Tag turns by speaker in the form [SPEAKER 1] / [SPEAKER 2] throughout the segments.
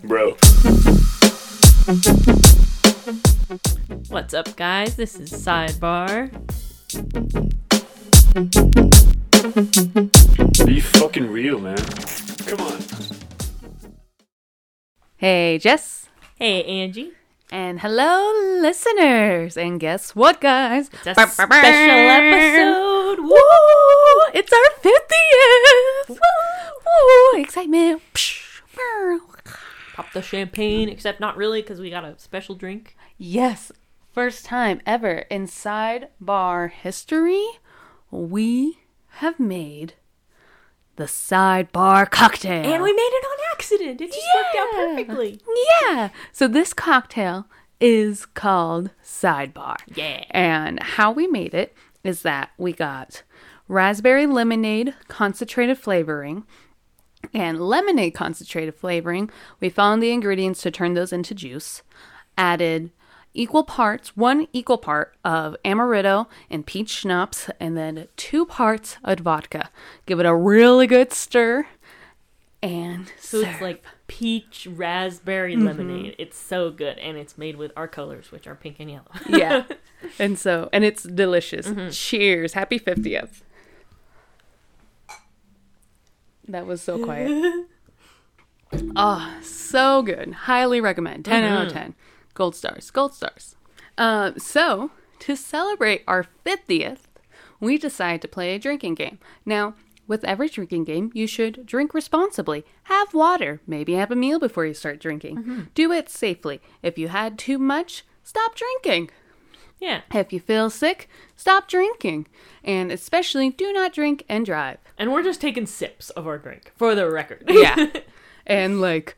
[SPEAKER 1] Bro.
[SPEAKER 2] What's up, guys? This is Sidebar.
[SPEAKER 1] Be fucking real, man. Come on.
[SPEAKER 3] Hey, Jess.
[SPEAKER 2] Hey, Angie.
[SPEAKER 3] And hello, listeners. And guess what, guys?
[SPEAKER 2] It's a special episode.
[SPEAKER 3] Woo! It's our 50th. Woo! Excitement. Psh, meow.
[SPEAKER 2] Pop the champagne, except not really because we got a special drink.
[SPEAKER 3] Yes. First time ever in sidebar history, we have made the sidebar cocktail.
[SPEAKER 2] And we made it on accident. It just worked out
[SPEAKER 3] Yeah.
[SPEAKER 2] perfectly.
[SPEAKER 3] Yeah. So this cocktail is called Sidebar.
[SPEAKER 2] Yeah.
[SPEAKER 3] And how we made it is that we got raspberry lemonade concentrated flavoring and lemonade concentrated flavoring. We found the ingredients to turn those into juice, added equal parts, one equal part of amaretto and peach schnapps, and then two parts of vodka. Give it a really good stir and
[SPEAKER 2] So
[SPEAKER 3] serve.
[SPEAKER 2] it's like peach raspberry lemonade. It's so good. And it's made with our colors, which are pink and yellow.
[SPEAKER 3] yeah. And so, and it's delicious. Cheers. Happy 50th. That was so quiet. oh, so good. Highly recommend. 10 out of 10. Gold stars. Gold stars. Uh, so, to celebrate our 50th, we decided to play a drinking game. Now, with every drinking game, you should drink responsibly. Have water. Maybe have a meal before you start drinking. Do it safely. If you had too much, stop drinking.
[SPEAKER 2] yeah.
[SPEAKER 3] If you feel sick, stop drinking. And especially do not drink and drive.
[SPEAKER 2] And we're just taking sips of our drink for the record.
[SPEAKER 3] Yeah. and like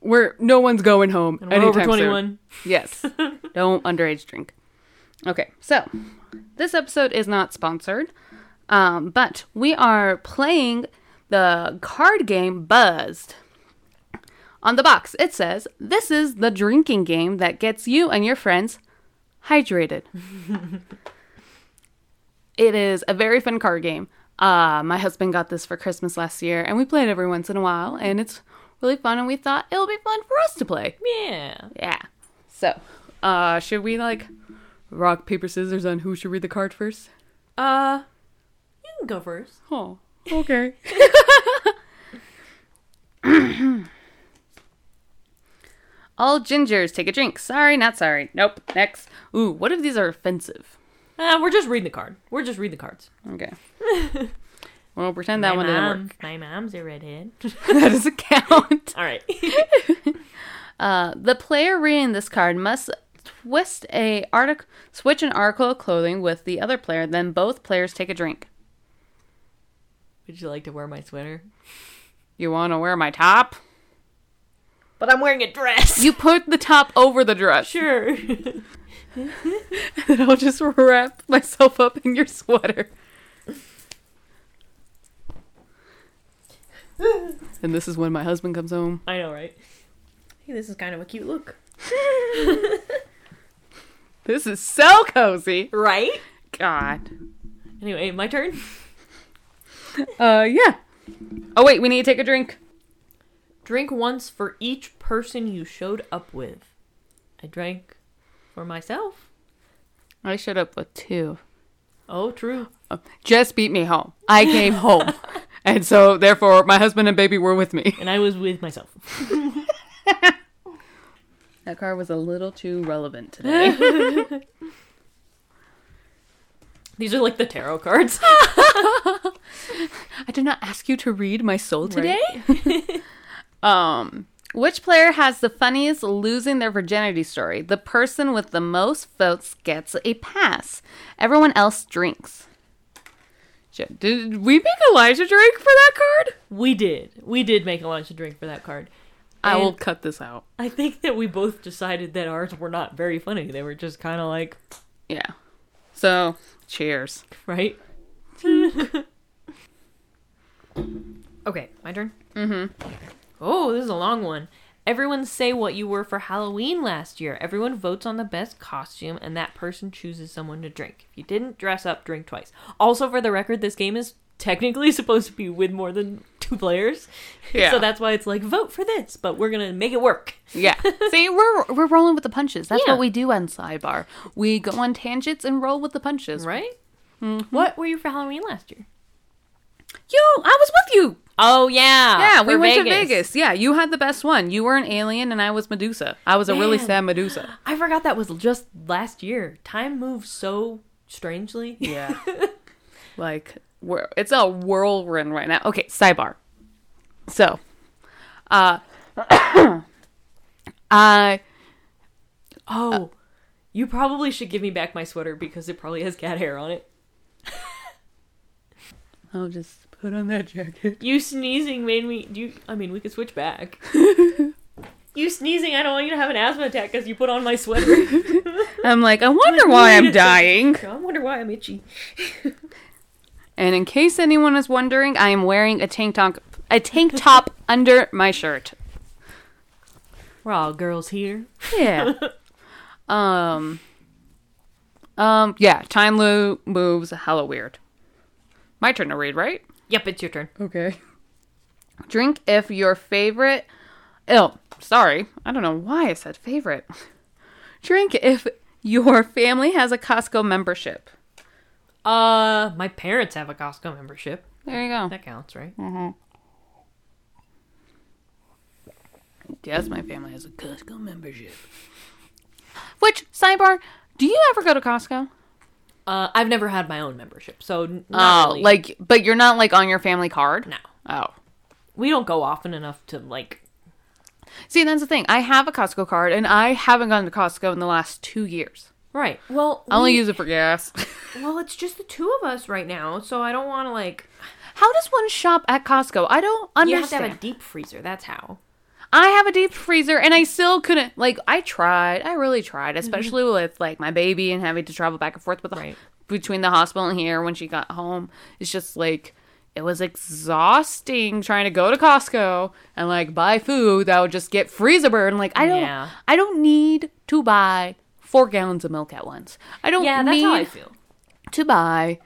[SPEAKER 3] we're no one's going home
[SPEAKER 2] We're
[SPEAKER 3] anytime
[SPEAKER 2] over
[SPEAKER 3] soon.
[SPEAKER 2] 21.
[SPEAKER 3] Yes. Don't underage drink. Okay, so this episode is not sponsored, um, but we are playing the card game Buzzed. On the box, it says, This is the drinking game that gets you and your friends hydrated. it is a very fun card game. Uh, my husband got this for Christmas last year, and we play it every once in a while, and it's really fun, and we thought it'll be fun for us to play.
[SPEAKER 2] Yeah.
[SPEAKER 3] Yeah. So, uh, should we like rock paper scissors on who should read the card first?
[SPEAKER 2] Uh, you can go first.
[SPEAKER 3] Oh, okay. All gingers take a drink. Sorry, not sorry. Nope. Next. Ooh, what if these are offensive?
[SPEAKER 2] Uh, we're just reading the card. We're just reading the cards.
[SPEAKER 3] Okay. We'll pretend that
[SPEAKER 2] my
[SPEAKER 3] one
[SPEAKER 2] mom,
[SPEAKER 3] didn't work.
[SPEAKER 2] My mom's a redhead.
[SPEAKER 3] That doesn't count.
[SPEAKER 2] All right.
[SPEAKER 3] Uh, the player reading this card must twist a article, switch an article of clothing with the other player. Then both players take a drink.
[SPEAKER 2] Would you like to wear my sweater?
[SPEAKER 3] You want to wear my top?
[SPEAKER 2] But I'm wearing a dress.
[SPEAKER 3] You put the top over the dress.
[SPEAKER 2] sure.
[SPEAKER 3] and I'll just wrap myself up in your sweater. and this is when my husband comes home.
[SPEAKER 2] I know, right? Hey, this is kind of a cute look.
[SPEAKER 3] This is so cozy.
[SPEAKER 2] Right?
[SPEAKER 3] God.
[SPEAKER 2] Anyway, my turn.
[SPEAKER 3] Uh, yeah. Oh, wait, we need to take a drink.
[SPEAKER 2] Drink once for each person you showed up with. I drank for myself.
[SPEAKER 3] I showed up with two.
[SPEAKER 2] Oh, true.
[SPEAKER 3] Jess beat me home. I came home. and so, therefore, my husband and baby were with me.
[SPEAKER 2] And I was with myself.
[SPEAKER 3] That car was a little too relevant today.
[SPEAKER 2] These are like the tarot cards.
[SPEAKER 3] I did not ask you to read my soul today. um, which player has the funniest losing their virginity story? The person with the most votes gets a pass. Everyone else drinks. J- Did we make Elijah drink for that card?
[SPEAKER 2] we did. We did make Elijah drink for that card.
[SPEAKER 3] I will
[SPEAKER 2] And-
[SPEAKER 3] cut this out.
[SPEAKER 2] I think that we both decided that ours were not very funny. They were just kind of like,
[SPEAKER 3] Yeah. So, cheers.
[SPEAKER 2] right? okay, my turn. Mm-hmm. Oh, this is a long one. Everyone say what you were for Halloween last year. Everyone votes on the best costume, and that person chooses someone to drink. If you didn't dress up, drink twice. Also, for the record, this game is technically supposed to be with more than two two players.
[SPEAKER 3] Yeah.
[SPEAKER 2] So that's why it's like vote for this, but we're gonna make it work.
[SPEAKER 3] Yeah. See, we're we're rolling with the punches. That's
[SPEAKER 2] Yeah.
[SPEAKER 3] what we do on Sidebar. We go on tangents and roll with the punches.
[SPEAKER 2] Right? What were you for Halloween last year?
[SPEAKER 3] You, I was with you.
[SPEAKER 2] Oh yeah.
[SPEAKER 3] Yeah, we
[SPEAKER 2] for
[SPEAKER 3] went to Vegas. Yeah, you had the best one. You were an alien and I was Medusa. I was a really
[SPEAKER 2] Man.
[SPEAKER 3] sad Medusa.
[SPEAKER 2] I forgot that was just last year. Time moves so strangely.
[SPEAKER 3] Yeah. like we're, it's a whirlwind right now. Okay, sidebar. So, uh I
[SPEAKER 2] Oh, you probably should give me back my sweater because it probably has cat hair on it.
[SPEAKER 3] I'll just put on that jacket.
[SPEAKER 2] You sneezing made me. Do you, I mean, we could switch back. you sneezing. I don't want you to have an asthma attack because you put on my sweater.
[SPEAKER 3] I'm like, I wonder why I'm dying.
[SPEAKER 2] I wonder why I'm itchy.
[SPEAKER 3] And in case anyone is wondering, I am wearing a tank top a tank top under my shirt.
[SPEAKER 2] We're all girls here.
[SPEAKER 3] Yeah. um Um yeah, time loop moves hella weird. My turn to read, right?
[SPEAKER 2] Yep, it's your turn.
[SPEAKER 3] Okay. Drink if your favorite Oh, sorry. I don't know why I said favorite. Drink if your family has a Costco membership.
[SPEAKER 2] Uh, my parents have a Costco membership.
[SPEAKER 3] There you go.
[SPEAKER 2] That counts, right?
[SPEAKER 3] Hmm. Yes, my family has a Costco membership. Which sidebar, do you ever go to Costco?
[SPEAKER 2] Uh, I've never had my own membership, so n- not
[SPEAKER 3] Oh,
[SPEAKER 2] really.
[SPEAKER 3] like, but you're not like on your family card.
[SPEAKER 2] no,
[SPEAKER 3] Oh,
[SPEAKER 2] we don't go often enough to like.
[SPEAKER 3] see, that's the thing. I have a Costco card, and I haven't gone to Costco in the last two years.
[SPEAKER 2] Right. Well,
[SPEAKER 3] I only use it for gas.
[SPEAKER 2] well, it's just the two of us right now, so I don't want to like.
[SPEAKER 3] How does one shop at Costco? I don't
[SPEAKER 2] You
[SPEAKER 3] understand.
[SPEAKER 2] have to have a deep freezer. That's how.
[SPEAKER 3] I have a deep freezer, and I still couldn't. Like, I tried. I really tried, especially with like my baby and having to travel back and forth with the,
[SPEAKER 2] Mm-hmm. Right.
[SPEAKER 3] between the hospital and here when she got home. It's just like it was exhausting trying to go to Costco and like buy food that would just get freezer burn. Like, I don't.
[SPEAKER 2] Yeah.
[SPEAKER 3] I don't need to buy four gallons of milk at once. I don't
[SPEAKER 2] Yeah, that's
[SPEAKER 3] need
[SPEAKER 2] how I feel.
[SPEAKER 3] to buy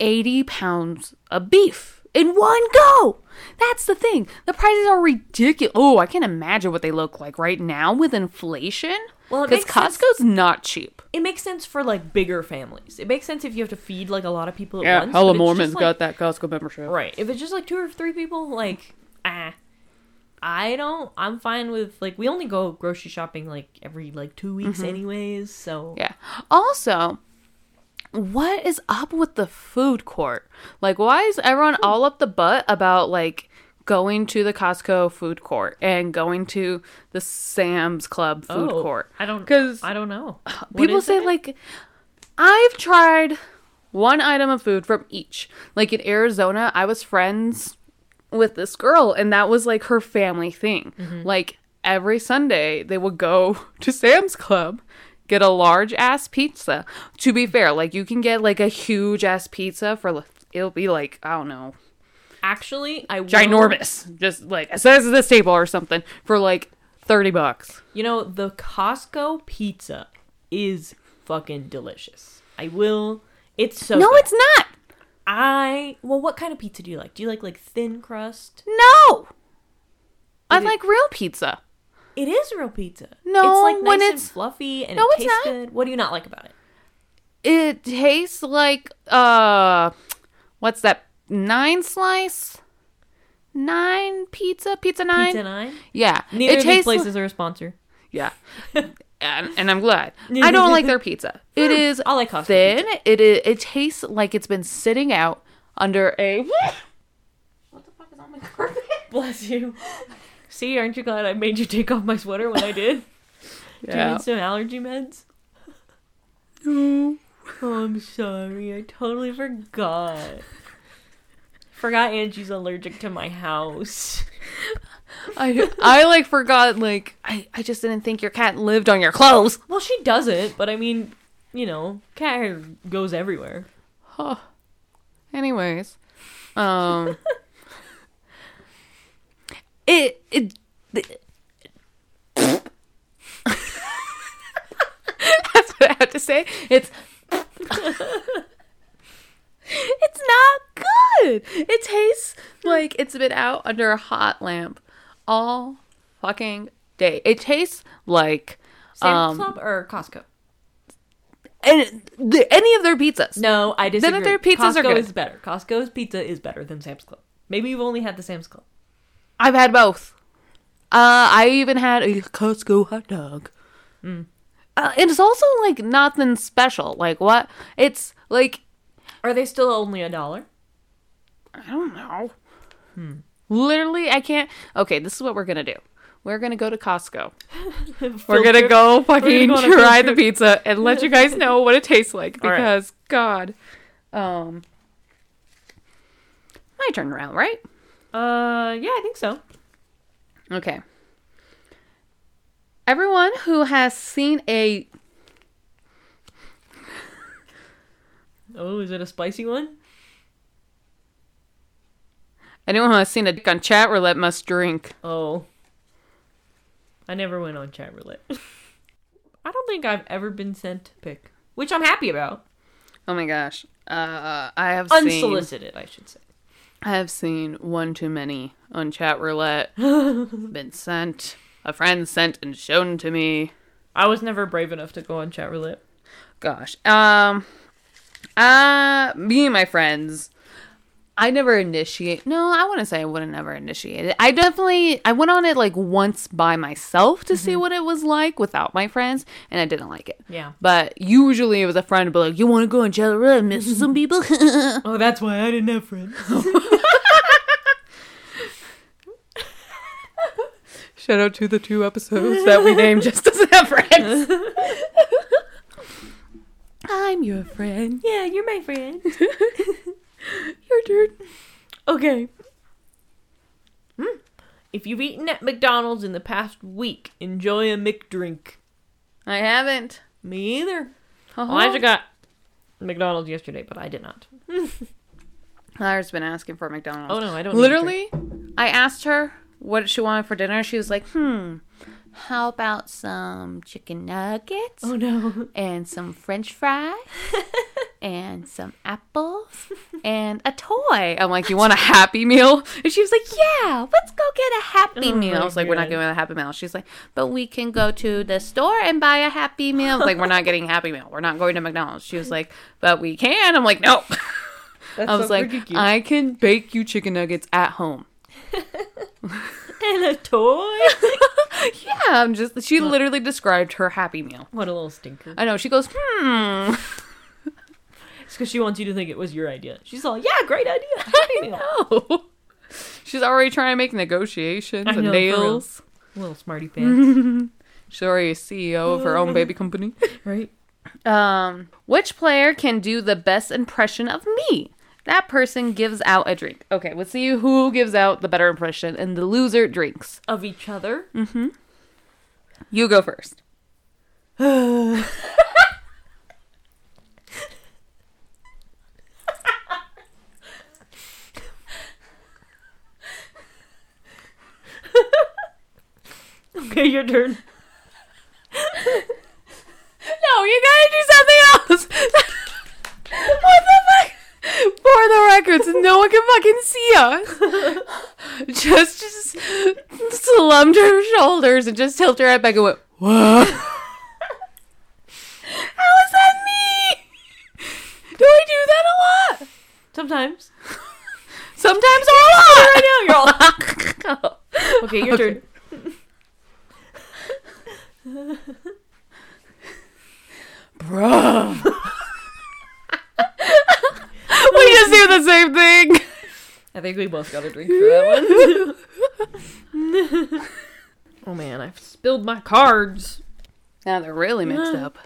[SPEAKER 3] 80 pounds of beef in one go. That's the thing. The prices are ridiculous. Oh, I can't imagine what they look like right now with inflation.
[SPEAKER 2] Well,
[SPEAKER 3] Well,
[SPEAKER 2] it
[SPEAKER 3] because
[SPEAKER 2] makes sense-
[SPEAKER 3] Costco's not cheap.
[SPEAKER 2] It makes sense for like bigger families. It makes sense if you have to feed like a lot of people at once. but it's just, like-
[SPEAKER 3] that Costco membership.
[SPEAKER 2] Right. If it's just like two or three people, like ah, I don't. I'm fine with like we only go grocery shopping like every like two weeks anyways. So
[SPEAKER 3] Yeah. Also, what is up with the food court? Like, why is everyone
[SPEAKER 2] Hmm.
[SPEAKER 3] all up the butt about like going to the Costco food court and going to the Sam's Club food
[SPEAKER 2] Oh,
[SPEAKER 3] court?
[SPEAKER 2] I don't
[SPEAKER 3] because
[SPEAKER 2] I don't know. What
[SPEAKER 3] people
[SPEAKER 2] is
[SPEAKER 3] say
[SPEAKER 2] it?
[SPEAKER 3] like i've tried one item of food from each like in arizona i was friends with this girl and that was like her family thing like every sunday they would go to sam's club get a large ass pizza to be fair like you can get like a huge ass pizza for like, it'll be like i don't know
[SPEAKER 2] actually I will-
[SPEAKER 3] ginormous just like a size of this table or something for like 30 bucks
[SPEAKER 2] You know the Costco pizza is fucking delicious. I will. It's so
[SPEAKER 3] no
[SPEAKER 2] good.
[SPEAKER 3] it's not
[SPEAKER 2] I well, what kind of pizza do you like? Do you like like thin crust?
[SPEAKER 3] no i like real pizza
[SPEAKER 2] It is real pizza.
[SPEAKER 3] No,
[SPEAKER 2] it's like nice
[SPEAKER 3] when
[SPEAKER 2] and
[SPEAKER 3] it's-
[SPEAKER 2] fluffy and
[SPEAKER 3] No,
[SPEAKER 2] it
[SPEAKER 3] it's
[SPEAKER 2] tastes
[SPEAKER 3] not.
[SPEAKER 2] good. What do you not like about it?
[SPEAKER 3] It tastes like uh what's that nine slice? Nine pizza? Pizza nine?
[SPEAKER 2] Pizza Nine.
[SPEAKER 3] Yeah.
[SPEAKER 2] Neither
[SPEAKER 3] it
[SPEAKER 2] of these
[SPEAKER 3] tastes li-
[SPEAKER 2] places are a sponsor.
[SPEAKER 3] Yeah. and, and I'm glad. I don't like their pizza. It is
[SPEAKER 2] I like Hmm. Costco
[SPEAKER 3] thin. It is it tastes like it's been sitting out under a What the fuck is on my carpet?
[SPEAKER 2] Bless you. See, aren't you glad I made you take off my sweater when I did? Do you
[SPEAKER 3] Yeah.
[SPEAKER 2] need some allergy meds? Oh, I'm sorry. I totally forgot. Forgot Angie's allergic to my house.
[SPEAKER 3] I I like forgot like I, I just didn't think your cat lived on your clothes.
[SPEAKER 2] Well, she doesn't, but I mean, you know, cat hair goes everywhere.
[SPEAKER 3] Anyways, um, it it. That's what I have to say. It's it's not good. It tastes like it's been out under a hot lamp all fucking day. It tastes like um,
[SPEAKER 2] Sam's Club or Costco?
[SPEAKER 3] any, the, any of their pizzas.
[SPEAKER 2] No, I disagree.
[SPEAKER 3] their pizzas
[SPEAKER 2] Costco
[SPEAKER 3] are good.
[SPEAKER 2] is better. Costco's pizza is better than Sam's Club. Maybe you've only had the Sam's Club.
[SPEAKER 3] I've had both. Uh, I even had a Costco hot dog. Uh, and it's also like nothing special. Like what? It's like
[SPEAKER 2] Are they still only a dollar?
[SPEAKER 3] I don't know. Hmm. Literally, I can't. Okay, this is what we're gonna do. We're gonna go to Costco. We're gonna go fucking
[SPEAKER 2] go on a field
[SPEAKER 3] try the
[SPEAKER 2] trip.
[SPEAKER 3] pizza and let you guys know what it tastes like
[SPEAKER 2] All right.
[SPEAKER 3] because God, um, my turnaround, right?
[SPEAKER 2] Uh, yeah, I think so.
[SPEAKER 3] Okay. Everyone who has seen a
[SPEAKER 2] Oh, is it a spicy one?
[SPEAKER 3] anyone who has seen a dick on chat roulette must drink.
[SPEAKER 2] Oh. I never went on chat roulette. I don't think I've ever been sent to pick, which I'm happy about.
[SPEAKER 3] Oh my gosh. Uh, I have seen
[SPEAKER 2] Unsolicited, I should say.
[SPEAKER 3] I have seen one too many on chat roulette. Been sent. A friend sent and shown to me.
[SPEAKER 2] I was never brave enough to go on chat roulette.
[SPEAKER 3] Gosh. Um uh me and my friends. I never initiate no, I wouldn't say I would have never initiated. I definitely I went on it like once by myself to see what it was like without my friends, and I didn't like it.
[SPEAKER 2] Yeah.
[SPEAKER 3] But usually it was a friend who'd be like, You wanna go on Jello Roll and miss with some people?
[SPEAKER 2] Oh, that's why I didn't have friends.
[SPEAKER 3] Shout out to the two episodes that we named just as have friends. I'm your friend.
[SPEAKER 2] yeah, you're my friend.
[SPEAKER 3] Your dude.
[SPEAKER 2] Okay. Hmm. If you've eaten at McDonald's in the past week, enjoy a McDrink.
[SPEAKER 3] I haven't.
[SPEAKER 2] Me either.
[SPEAKER 3] Uh-huh.
[SPEAKER 2] Elijah got McDonald's yesterday, but I did not.
[SPEAKER 3] Claire's been asking for McDonald's.
[SPEAKER 2] Oh no, I don't.
[SPEAKER 3] Literally, I asked her what she wanted for dinner. She was like, hmm, how about some chicken nuggets
[SPEAKER 2] Need a drink. oh no.
[SPEAKER 3] and some french fries and some apples and a toy? I'm like, you want a happy meal? And she was like, yeah, let's go get a happy
[SPEAKER 2] Oh
[SPEAKER 3] meal. I
[SPEAKER 2] my
[SPEAKER 3] was like, we're not
[SPEAKER 2] God.
[SPEAKER 3] getting a happy meal. She's like, but we can go to the store and buy a happy meal. I was like, we're not getting a happy meal. We're not going to McDonald's. She was like, but we can. I'm like, nope.
[SPEAKER 2] That's
[SPEAKER 3] I was
[SPEAKER 2] so
[SPEAKER 3] like,
[SPEAKER 2] freaking cute.
[SPEAKER 3] I can bake you chicken nuggets at home.
[SPEAKER 2] and a toy.
[SPEAKER 3] Yeah, I'm just. She literally described her happy meal.
[SPEAKER 2] what a little stinker.
[SPEAKER 3] I know. She goes, hmm.
[SPEAKER 2] It's because she wants you to think it was your idea. She's all, yeah, great idea. Happy meal."
[SPEAKER 3] Oh. She's already trying to make negotiations
[SPEAKER 2] I
[SPEAKER 3] and
[SPEAKER 2] know, for real.
[SPEAKER 3] nails.
[SPEAKER 2] Little smarty pants,
[SPEAKER 3] She's already a CEO of her own baby company.
[SPEAKER 2] right?
[SPEAKER 3] Um, which player can do the best impression of me? That person gives out a drink. Okay, let's see who gives out the better impression, and the loser drinks.
[SPEAKER 2] Of each other.
[SPEAKER 3] You go first.
[SPEAKER 2] Okay, your turn.
[SPEAKER 3] No, you gotta do something else. what the fuck? For the records, no one can fucking see us. just, just slumped her shoulders and just tilted her head back and went, "What? How is that me? Do I do that a lot?
[SPEAKER 2] Sometimes.
[SPEAKER 3] Sometimes or a lot. Right
[SPEAKER 2] now,
[SPEAKER 3] you're all.
[SPEAKER 2] Okay, your
[SPEAKER 3] Okay.
[SPEAKER 2] turn.
[SPEAKER 3] Bro. we just do the same thing.
[SPEAKER 2] I think we both got a drink for that one. oh man, I've spilled my cards.
[SPEAKER 3] Now they're really mixed
[SPEAKER 2] Yeah.
[SPEAKER 3] up.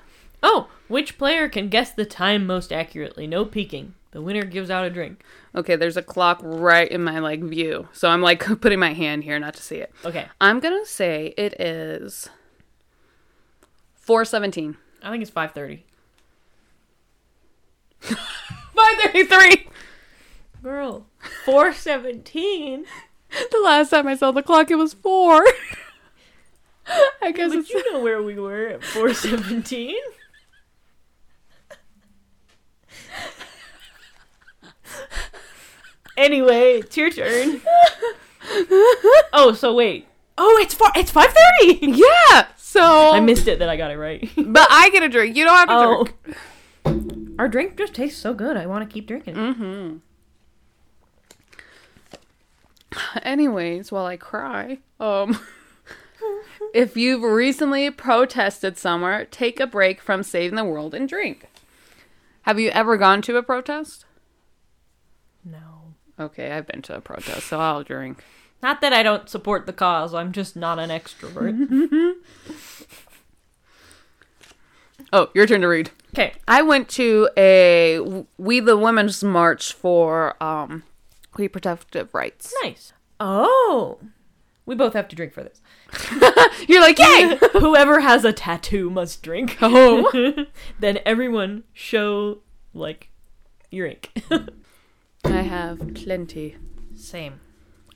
[SPEAKER 2] Oh, which player can guess the time most accurately? No peeking. The winner gives out a drink.
[SPEAKER 3] Okay, there's a clock right in my like view. So I'm like putting my hand here not to see it.
[SPEAKER 2] Okay,
[SPEAKER 3] I'm going to say it is 417.
[SPEAKER 2] I think it's five thirty.
[SPEAKER 3] 533.
[SPEAKER 2] Girl, four seventeen.
[SPEAKER 3] The last time I saw the clock it was 4. I guess
[SPEAKER 2] But
[SPEAKER 3] it's
[SPEAKER 2] you know where we were at four seventeen. Anyway, it's your turn. oh, so wait. Oh, it's four. It's five thirty.
[SPEAKER 3] Yeah. So
[SPEAKER 2] I missed it that I got it right.
[SPEAKER 3] But I get a drink. You don't have to
[SPEAKER 2] Oh,
[SPEAKER 3] drink.
[SPEAKER 2] our drink just tastes so good. I want to keep drinking. Oh.
[SPEAKER 3] Anyways, while I cry, um, if you've recently protested somewhere, take a break from saving the world and drink. Have you ever gone to a protest?
[SPEAKER 2] No,
[SPEAKER 3] Okay, I've been to a protest, so I'll drink.
[SPEAKER 2] not that I don't support the cause. I'm just not an extrovert.
[SPEAKER 3] Oh, your turn to read.
[SPEAKER 2] okay.
[SPEAKER 3] I went to a We the Women's March for um reproductive rights.
[SPEAKER 2] Nice. Oh, we both have to drink for this.
[SPEAKER 3] You're like, yay!
[SPEAKER 2] Whoever has a tattoo must drink.
[SPEAKER 3] oh.
[SPEAKER 2] then everyone show like your ink.
[SPEAKER 3] I have plenty.
[SPEAKER 2] Same.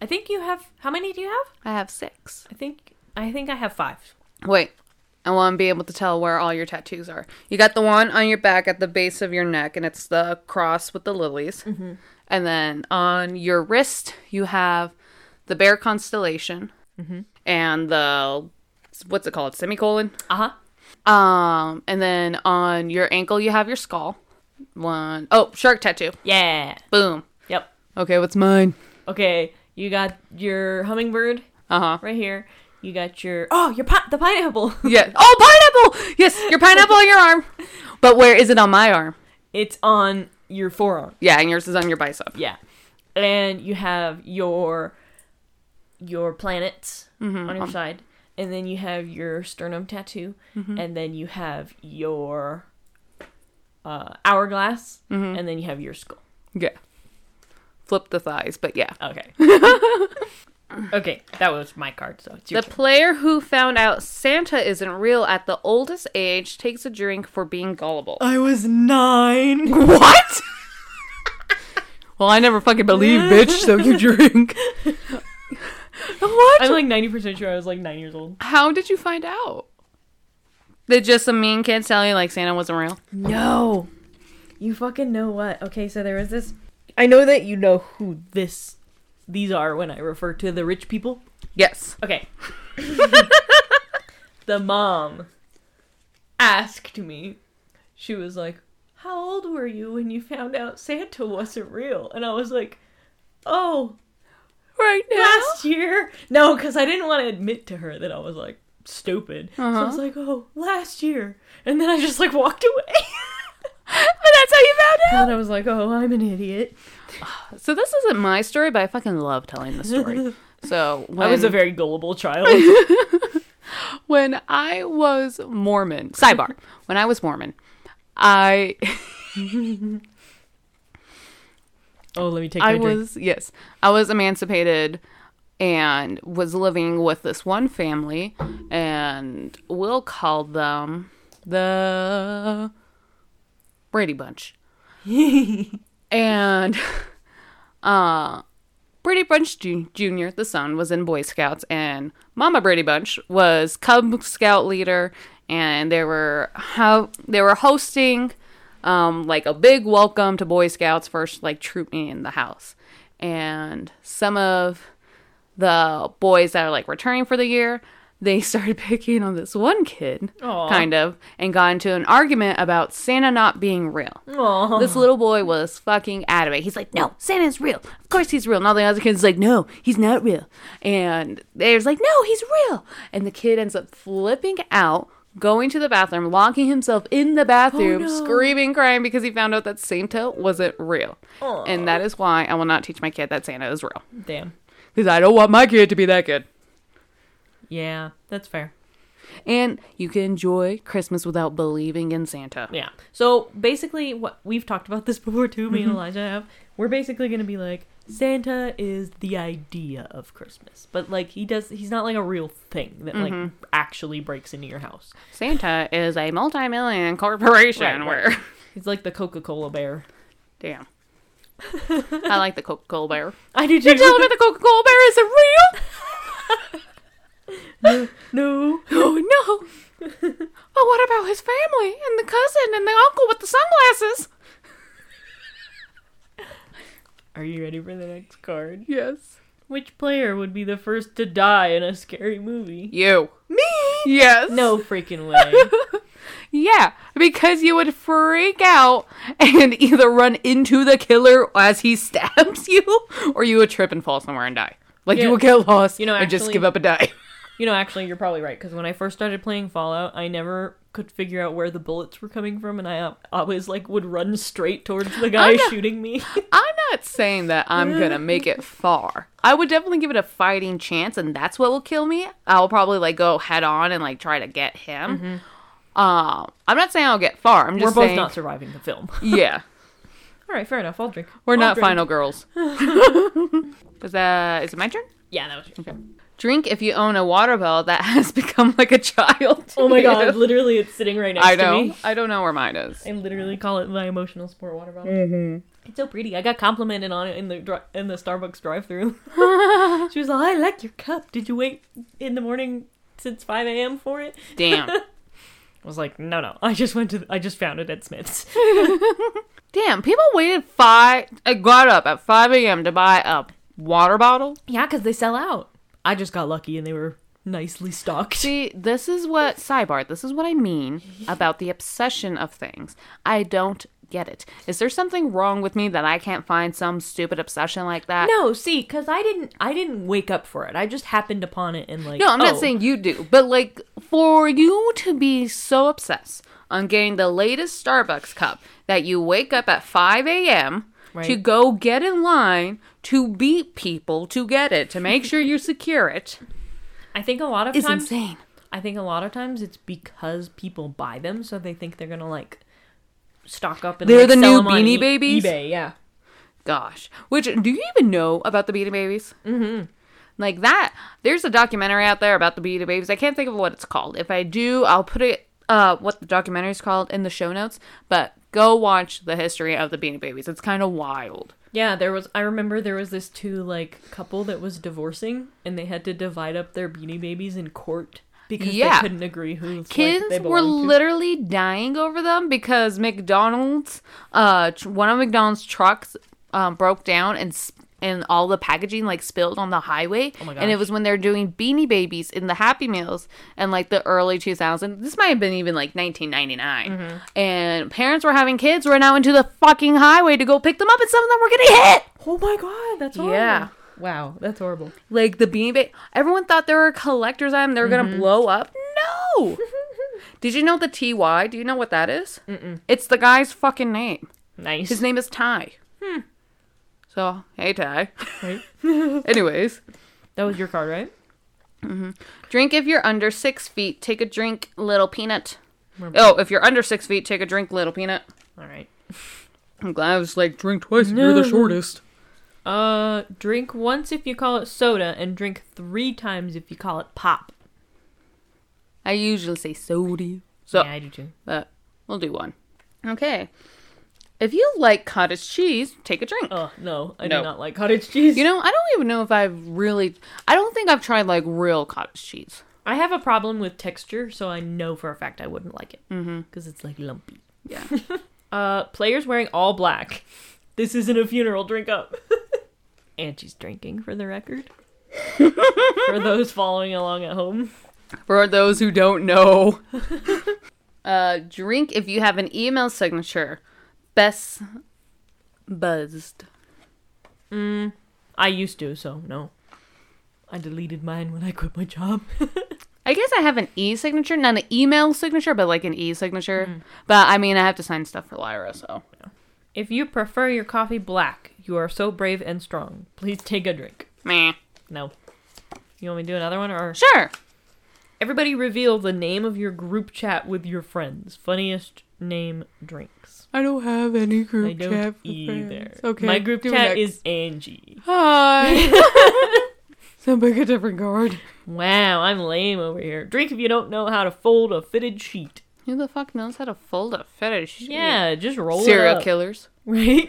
[SPEAKER 2] I think you have. How many do you have?
[SPEAKER 3] I have six.
[SPEAKER 2] I think. I think I have five.
[SPEAKER 3] Wait. I want to be able to tell where all your tattoos are. You got the one on your back at the base of your neck, and it's the cross with the lilies. And then on your wrist, you have the bear constellation and the what's it called? Semicolon.
[SPEAKER 2] Uh huh.
[SPEAKER 3] Um, and then on your ankle, you have your skull. One oh shark tattoo.
[SPEAKER 2] Yeah.
[SPEAKER 3] Boom.
[SPEAKER 2] Yep.
[SPEAKER 3] Okay, what's mine?
[SPEAKER 2] Okay. You got your hummingbird
[SPEAKER 3] Uh huh.
[SPEAKER 2] right here. You got your oh your pi- the pineapple.
[SPEAKER 3] Yeah. Oh, pineapple. Yes, your pineapple on your arm. But where is it on my arm?
[SPEAKER 2] it's on your forearm.
[SPEAKER 3] Yeah, and yours is on your bicep.
[SPEAKER 2] Yeah. And you have your your planets on your side, and then you have your sternum tattoo, and then you have your uh, hourglass, and then you have your skull.
[SPEAKER 3] Yeah. Flip the thighs, but yeah.
[SPEAKER 2] Okay. okay, that was my card, so it's your
[SPEAKER 3] The player who found out Santa isn't real at the oldest age takes a drink for being gullible.
[SPEAKER 2] I was nine.
[SPEAKER 3] What? well, I never fucking believe, bitch, so you drink. what?
[SPEAKER 2] I'm like 90% sure I was like nine years old.
[SPEAKER 3] How did you find out? That just some mean kids tell you like Santa wasn't real?
[SPEAKER 2] No. You fucking know what? Okay, so there was this. I know that you know who this. These are when I refer to the rich people.
[SPEAKER 3] Yes.
[SPEAKER 2] Okay. the mom asked me, she was like, How old were you when you found out Santa wasn't real? And I was like, Oh,
[SPEAKER 3] Right
[SPEAKER 2] last year? No, because I didn't want to admit to her that I was like stupid.
[SPEAKER 3] Uh-huh.
[SPEAKER 2] So I was like, Oh, last year. And then I just like walked away.
[SPEAKER 3] But Oh, that's how you found
[SPEAKER 2] and I was like, Oh, I'm an idiot.
[SPEAKER 3] out. So this isn't my story, but I fucking love telling this story. So when,
[SPEAKER 2] I was a very gullible child.
[SPEAKER 3] when I was Mormon, sidebar. when I was Mormon, I
[SPEAKER 2] oh, let me take
[SPEAKER 3] I
[SPEAKER 2] my drink.
[SPEAKER 3] was yes, I was emancipated and was living with this one family, and we'll call them the Brady Bunch. and uh Brady Bunch Ju- Jr., the son, was in Boy Scouts, and Mama Brady Bunch was Cub Scout leader, and they were how they were hosting um like a big welcome to Boy Scouts first like troop meeting in the house, and some of the boys that are like returning for the year. They started picking on this one kid,
[SPEAKER 2] Aw.
[SPEAKER 3] kind of, and got into an argument about Santa not being real.
[SPEAKER 2] Aw.
[SPEAKER 3] This little boy was fucking adamant. He's like, no, Santa's real. Of course he's real. And all the other kids like, no, he's not real. And there's like, no, he's real. And the kid ends up flipping out, going to the bathroom, locking himself in the
[SPEAKER 2] Oh,
[SPEAKER 3] bathroom, screaming, crying because he found out that Santa wasn't real. And that is why I will not teach my kid that Santa is real.
[SPEAKER 2] Damn.
[SPEAKER 3] Because I don't want my kid to be that kid.
[SPEAKER 2] Yeah, that's fair.
[SPEAKER 3] And you can enjoy Christmas without believing in Santa.
[SPEAKER 2] Yeah. So basically, what we've talked about this before too, me and Elijah have. We're basically going to be like Santa is the idea of Christmas, but like he does, he's not like a real thing that like actually breaks into your house.
[SPEAKER 3] Santa is a multi-million corporation
[SPEAKER 2] Right,
[SPEAKER 3] where...
[SPEAKER 2] right. He's like the Coca Cola bear.
[SPEAKER 3] Damn. I like the Coca Cola bear.
[SPEAKER 2] I do
[SPEAKER 3] You're telling me the Coca Cola bear isn't real?
[SPEAKER 2] no.
[SPEAKER 3] Oh no. But what about his family and the cousin and the uncle with the sunglasses?
[SPEAKER 2] All Are you ready for the next card?
[SPEAKER 3] Yes.
[SPEAKER 2] Which player would be the first to die in a scary movie?
[SPEAKER 3] You. Me. Yes.
[SPEAKER 2] No freaking way.
[SPEAKER 3] Yeah, because you would freak out and either run into the killer as he stabs you, or you would trip and fall somewhere and die. Like
[SPEAKER 2] Yeah.
[SPEAKER 3] you would get lost,
[SPEAKER 2] You
[SPEAKER 3] you
[SPEAKER 2] know,
[SPEAKER 3] know, and just
[SPEAKER 2] actually-
[SPEAKER 3] give up and die.
[SPEAKER 2] You know, actually, you're probably right because when I first started playing Fallout, I never could figure out where the bullets were coming from, and I al- always like would run straight towards the guy
[SPEAKER 3] I'm not-
[SPEAKER 2] shooting me.
[SPEAKER 3] I'm not saying that I'm gonna make it far. I would definitely give it a fighting chance, and that's what will kill me. I'll probably like go head on and like try to get him. Um, I'm not saying I'll get far. I'm
[SPEAKER 2] we're
[SPEAKER 3] just
[SPEAKER 2] both
[SPEAKER 3] saying,
[SPEAKER 2] not surviving the film.
[SPEAKER 3] yeah,
[SPEAKER 2] All right, fair enough. I'll drink. I'll
[SPEAKER 3] we're not
[SPEAKER 2] drink.
[SPEAKER 3] final girls. Was that? Is it my turn?
[SPEAKER 2] Yeah, that was. Your-
[SPEAKER 3] Okay. Drink if you own a water bottle that has become like a child. to
[SPEAKER 2] Oh my
[SPEAKER 3] you.
[SPEAKER 2] god! Literally, it's sitting right next
[SPEAKER 3] I
[SPEAKER 2] to
[SPEAKER 3] know.
[SPEAKER 2] me.
[SPEAKER 3] I don't know where mine is.
[SPEAKER 2] I literally call it my emotional sport water bottle.
[SPEAKER 3] Mm-hmm.
[SPEAKER 2] It's so pretty. I got complimented on it in the dri- in the Starbucks drive-through. she was like, "Oh, "I like your cup. Did you wait in the morning since five a.m. for it?"
[SPEAKER 3] Damn.
[SPEAKER 2] I was like, "No, no. I just went to. I just found it at Smith's."
[SPEAKER 3] Damn. People waited five. I got up at five a.m. to buy a water bottle.
[SPEAKER 2] Yeah, because they sell out. I just got lucky and they were nicely stocked.
[SPEAKER 3] See, this is what sidebar. This is what I mean about the obsession of things. I don't get it. Is there something wrong with me that I can't find some stupid obsession like that?
[SPEAKER 2] No, see, because I didn't, I didn't wake up for it. I just happened upon it and like.
[SPEAKER 3] No, I'm not
[SPEAKER 2] oh,
[SPEAKER 3] saying you do, but like for you to be so obsessed on getting the latest Starbucks cup that you wake up at 5 a.m. to
[SPEAKER 2] Right.
[SPEAKER 3] go get in line to beat people to get it to make sure you secure it
[SPEAKER 2] I think a lot of
[SPEAKER 3] is
[SPEAKER 2] times,
[SPEAKER 3] insane.
[SPEAKER 2] I think a lot of times it's because people buy them, so they think they're gonna like stock up and
[SPEAKER 3] They're
[SPEAKER 2] like,
[SPEAKER 3] the
[SPEAKER 2] sell
[SPEAKER 3] new
[SPEAKER 2] 'em on E-,
[SPEAKER 3] Beanie Babies?
[SPEAKER 2] eBay, yeah.
[SPEAKER 3] Gosh, which do you even know about the Beanie Babies? Mm-hmm. Like that, there's a documentary out there about the Beanie Babies. I can't think of what it's called. If I do, I'll put it uh what the documentary is called in the show notes. But go watch the history of the Beanie Babies. It's kind of wild.
[SPEAKER 2] Yeah, there was. I remember there was this two like couple that was divorcing, and they had to divide up their Beanie Babies in court because
[SPEAKER 3] Yeah.
[SPEAKER 2] they couldn't agree who
[SPEAKER 3] kids
[SPEAKER 2] like, they
[SPEAKER 3] were
[SPEAKER 2] belonged to.
[SPEAKER 3] literally dying over them because McDonald's, uh, tr- one of McDonald's trucks um, broke down and s and all the packaging like spilled on the highway.
[SPEAKER 2] Oh my
[SPEAKER 3] and it
[SPEAKER 2] gosh.
[SPEAKER 3] was when they were doing Beanie Babies in the Happy Meals and like the early 2000s. This might have been even like 1999.
[SPEAKER 2] Mm-hmm.
[SPEAKER 3] And parents were having kids were now into the fucking highway to go pick them up, and some of them were getting hit.
[SPEAKER 2] Oh my god, that's horrible.
[SPEAKER 3] Yeah.
[SPEAKER 2] Wow, that's horrible.
[SPEAKER 3] Like the Beanie Baby, everyone thought they were a collector's item. They were gonna blow up. No. Did you know the Ty? Do you know what that is? Mm-mm. It's the guy's fucking name.
[SPEAKER 2] Nice.
[SPEAKER 3] His name is Ty. So hey Ty.
[SPEAKER 2] Right?
[SPEAKER 3] Anyways,
[SPEAKER 2] That was your card, right?
[SPEAKER 3] drink if you're under six feet. Take a drink, little peanut.
[SPEAKER 2] Remember-
[SPEAKER 3] Oh, if you're under six feet, take a drink, little peanut.
[SPEAKER 2] All right.
[SPEAKER 3] I'm glad I was like drink twice. if You're the shortest.
[SPEAKER 2] Uh, drink once if you call it soda, and drink three times if you call it pop.
[SPEAKER 3] I usually say sodium. So
[SPEAKER 2] yeah, I do too.
[SPEAKER 3] but we'll do one. Okay. If you like cottage cheese, take a drink.
[SPEAKER 2] Oh no, I
[SPEAKER 3] No.
[SPEAKER 2] do not like cottage cheese.
[SPEAKER 3] You know, I don't even know if I've really. I don't think I've tried like real cottage cheese.
[SPEAKER 2] I have a problem with texture, so I know for a fact I wouldn't like it because it's like lumpy.
[SPEAKER 3] Mm-hmm. Yeah.
[SPEAKER 2] Uh, players wearing all black. This isn't a funeral. Drink up. and she's drinking for the record. for those following along at home,
[SPEAKER 3] For those who don't know, uh, drink if you have an email signature. Best buzzed.
[SPEAKER 2] I used to, so no. I deleted mine when I quit my job.
[SPEAKER 3] I guess I have an e signature, not an email signature, but like an e signature.
[SPEAKER 2] Mm.
[SPEAKER 3] But I mean, I have to sign stuff for Lyra, so.
[SPEAKER 2] If you prefer your coffee black, you are so brave and strong. Please take a drink.
[SPEAKER 3] Meh.
[SPEAKER 2] No. You want me to do another one or
[SPEAKER 3] Sure.
[SPEAKER 2] everybody reveal the name of your group chat with your friends. Funniest name drinks.
[SPEAKER 4] I don't have any group
[SPEAKER 2] I don't
[SPEAKER 4] chat for
[SPEAKER 2] either.
[SPEAKER 4] friends. Okay,
[SPEAKER 2] My group
[SPEAKER 4] do
[SPEAKER 2] chat
[SPEAKER 4] next.
[SPEAKER 2] is Angie.
[SPEAKER 4] hi. so pick a different card.
[SPEAKER 2] Wow, I'm lame over here. Drink if you don't know how to fold a fitted sheet.
[SPEAKER 3] Who the fuck knows how to fold a fetish? sheet?
[SPEAKER 2] Yeah, just roll it
[SPEAKER 3] Serial
[SPEAKER 2] up.
[SPEAKER 3] killers.
[SPEAKER 2] Right?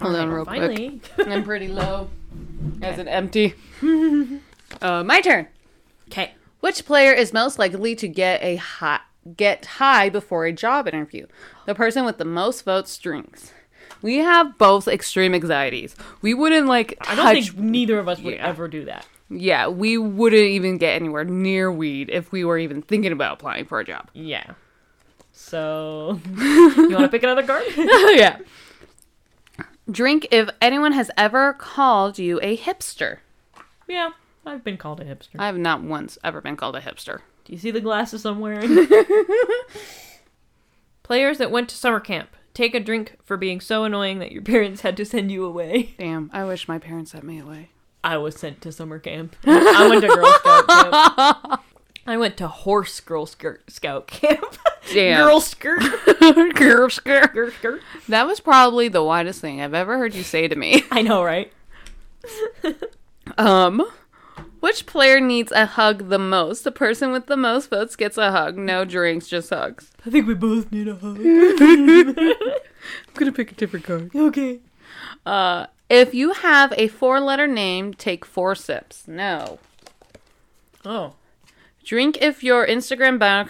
[SPEAKER 3] Hold on, real quick.
[SPEAKER 2] Finally.
[SPEAKER 3] I'm pretty low. As an empty. uh, my turn.
[SPEAKER 2] Okay.
[SPEAKER 3] Which player is most likely to get a hot get high before a job interview? The person with the most votes drinks. We have both extreme anxieties. We wouldn't like touch.
[SPEAKER 2] I don't think neither of us would ever do that.
[SPEAKER 3] yeah, we wouldn't even get anywhere near weed if we were even thinking about applying for a job.
[SPEAKER 2] Yeah. So you want to pick another card?
[SPEAKER 3] yeah. Drink if anyone has ever called you a hipster.
[SPEAKER 2] yeah, I've been called a hipster.
[SPEAKER 3] I have not once ever been called a hipster.
[SPEAKER 2] Do you see the glasses I'm wearing? Players that went to summer camp take a drink for being so annoying that your parents had to send you away.
[SPEAKER 3] Damn, I wish my parents sent me away.
[SPEAKER 2] I was sent to summer camp. I went to Girl Scout camp. I went to horse Girl Skirt Scout camp.
[SPEAKER 3] Damn.
[SPEAKER 2] Girl Skirt.
[SPEAKER 3] Girl skirt.
[SPEAKER 2] Girl Skirt.
[SPEAKER 3] That was probably the widest thing I've ever heard you say to me.
[SPEAKER 2] I know, right?
[SPEAKER 3] Um, which player needs a hug the most? The person with the most votes gets a hug. No drinks, just hugs.
[SPEAKER 2] I think we both need a hug.
[SPEAKER 4] I'm gonna pick a different card.
[SPEAKER 2] Okay.
[SPEAKER 3] Uh, if you have a four-letter name, take four sips. No.
[SPEAKER 2] Oh.
[SPEAKER 3] Drink if your Instagram bio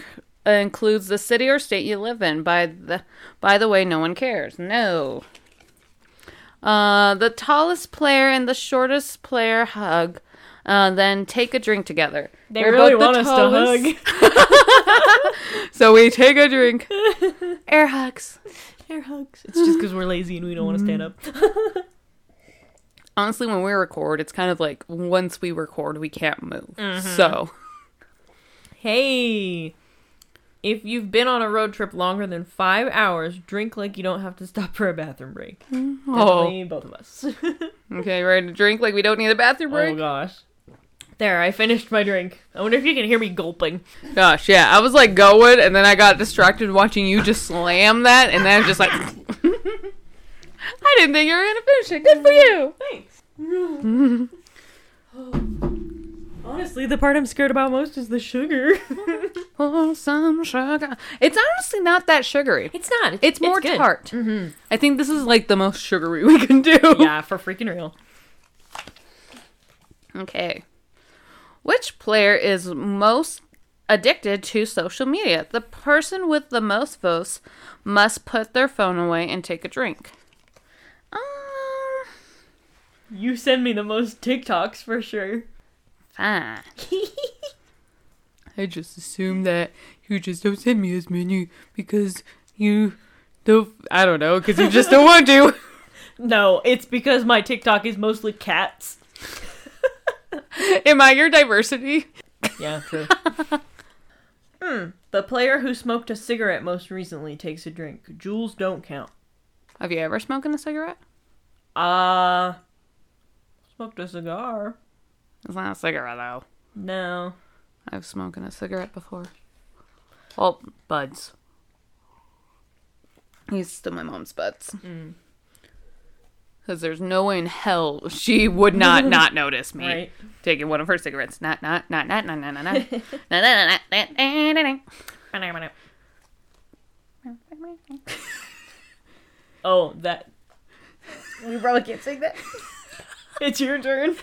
[SPEAKER 3] uh, includes the city or state you live in. By the by the way, no one cares. No. Uh, the tallest player and the shortest player hug. Uh, then take a drink together.
[SPEAKER 2] They
[SPEAKER 3] We're
[SPEAKER 2] really
[SPEAKER 3] both the
[SPEAKER 2] want us
[SPEAKER 3] tallest-
[SPEAKER 2] to hug.
[SPEAKER 3] So we take a drink. Air hugs.
[SPEAKER 2] Air hugs. It's just because we're lazy and we don't want to stand up.
[SPEAKER 3] Honestly, when we record, it's kind of like once we record, we can't move.
[SPEAKER 2] Mm-hmm.
[SPEAKER 3] So
[SPEAKER 2] Hey. If you've been on a road trip longer than five hours, drink like you don't have to stop for a bathroom break. Definitely both of us.
[SPEAKER 3] oh, okay, ready to drink? Like we don't need a bathroom
[SPEAKER 2] oh
[SPEAKER 3] break.
[SPEAKER 2] gosh. There, I finished my drink. I wonder if you can hear me gulping.
[SPEAKER 3] Gosh, yeah. I was like going, and then I got distracted watching you just slam that, and then I'm just like, I didn't think you were gonna finish it. Good for you.
[SPEAKER 2] Thanks. Honestly, the part I'm scared about most is the sugar.
[SPEAKER 3] Oh, some sugar. It's honestly not that sugary.
[SPEAKER 2] it's not.
[SPEAKER 3] It's more
[SPEAKER 2] good. Mm-hmm.
[SPEAKER 3] tart. I think this is like the most sugary we can do.
[SPEAKER 2] Yeah, for freaking real.
[SPEAKER 3] Okay. Which player is most addicted to social media? The person with the most votes must put their phone away and take a drink. Um,
[SPEAKER 2] You send me the most TikToks for sure.
[SPEAKER 3] fine.
[SPEAKER 4] I just assume that you just don't send me as many because you don't. I don't know because you just don't want to.
[SPEAKER 2] No, it's because my TikTok is mostly cats.
[SPEAKER 3] Am I your diversity?
[SPEAKER 2] Yeah, true. Hmm. The player who smoked a cigarette most recently takes a drink. Jules don't count.
[SPEAKER 3] Have you ever smoked a cigarette?
[SPEAKER 2] Uh smoked a cigar.
[SPEAKER 3] It's not a cigarette though.
[SPEAKER 2] No.
[SPEAKER 3] I've smoked a cigarette before. Well, buds. He's still my mom's buds. Because there's no way in hell she would not not notice me
[SPEAKER 2] Right.
[SPEAKER 3] taking one of her cigarettes. Not, not, not, not, not, not, not, not, not, not, not, not, not.
[SPEAKER 2] Oh, that. We probably can't sing that. It's your turn.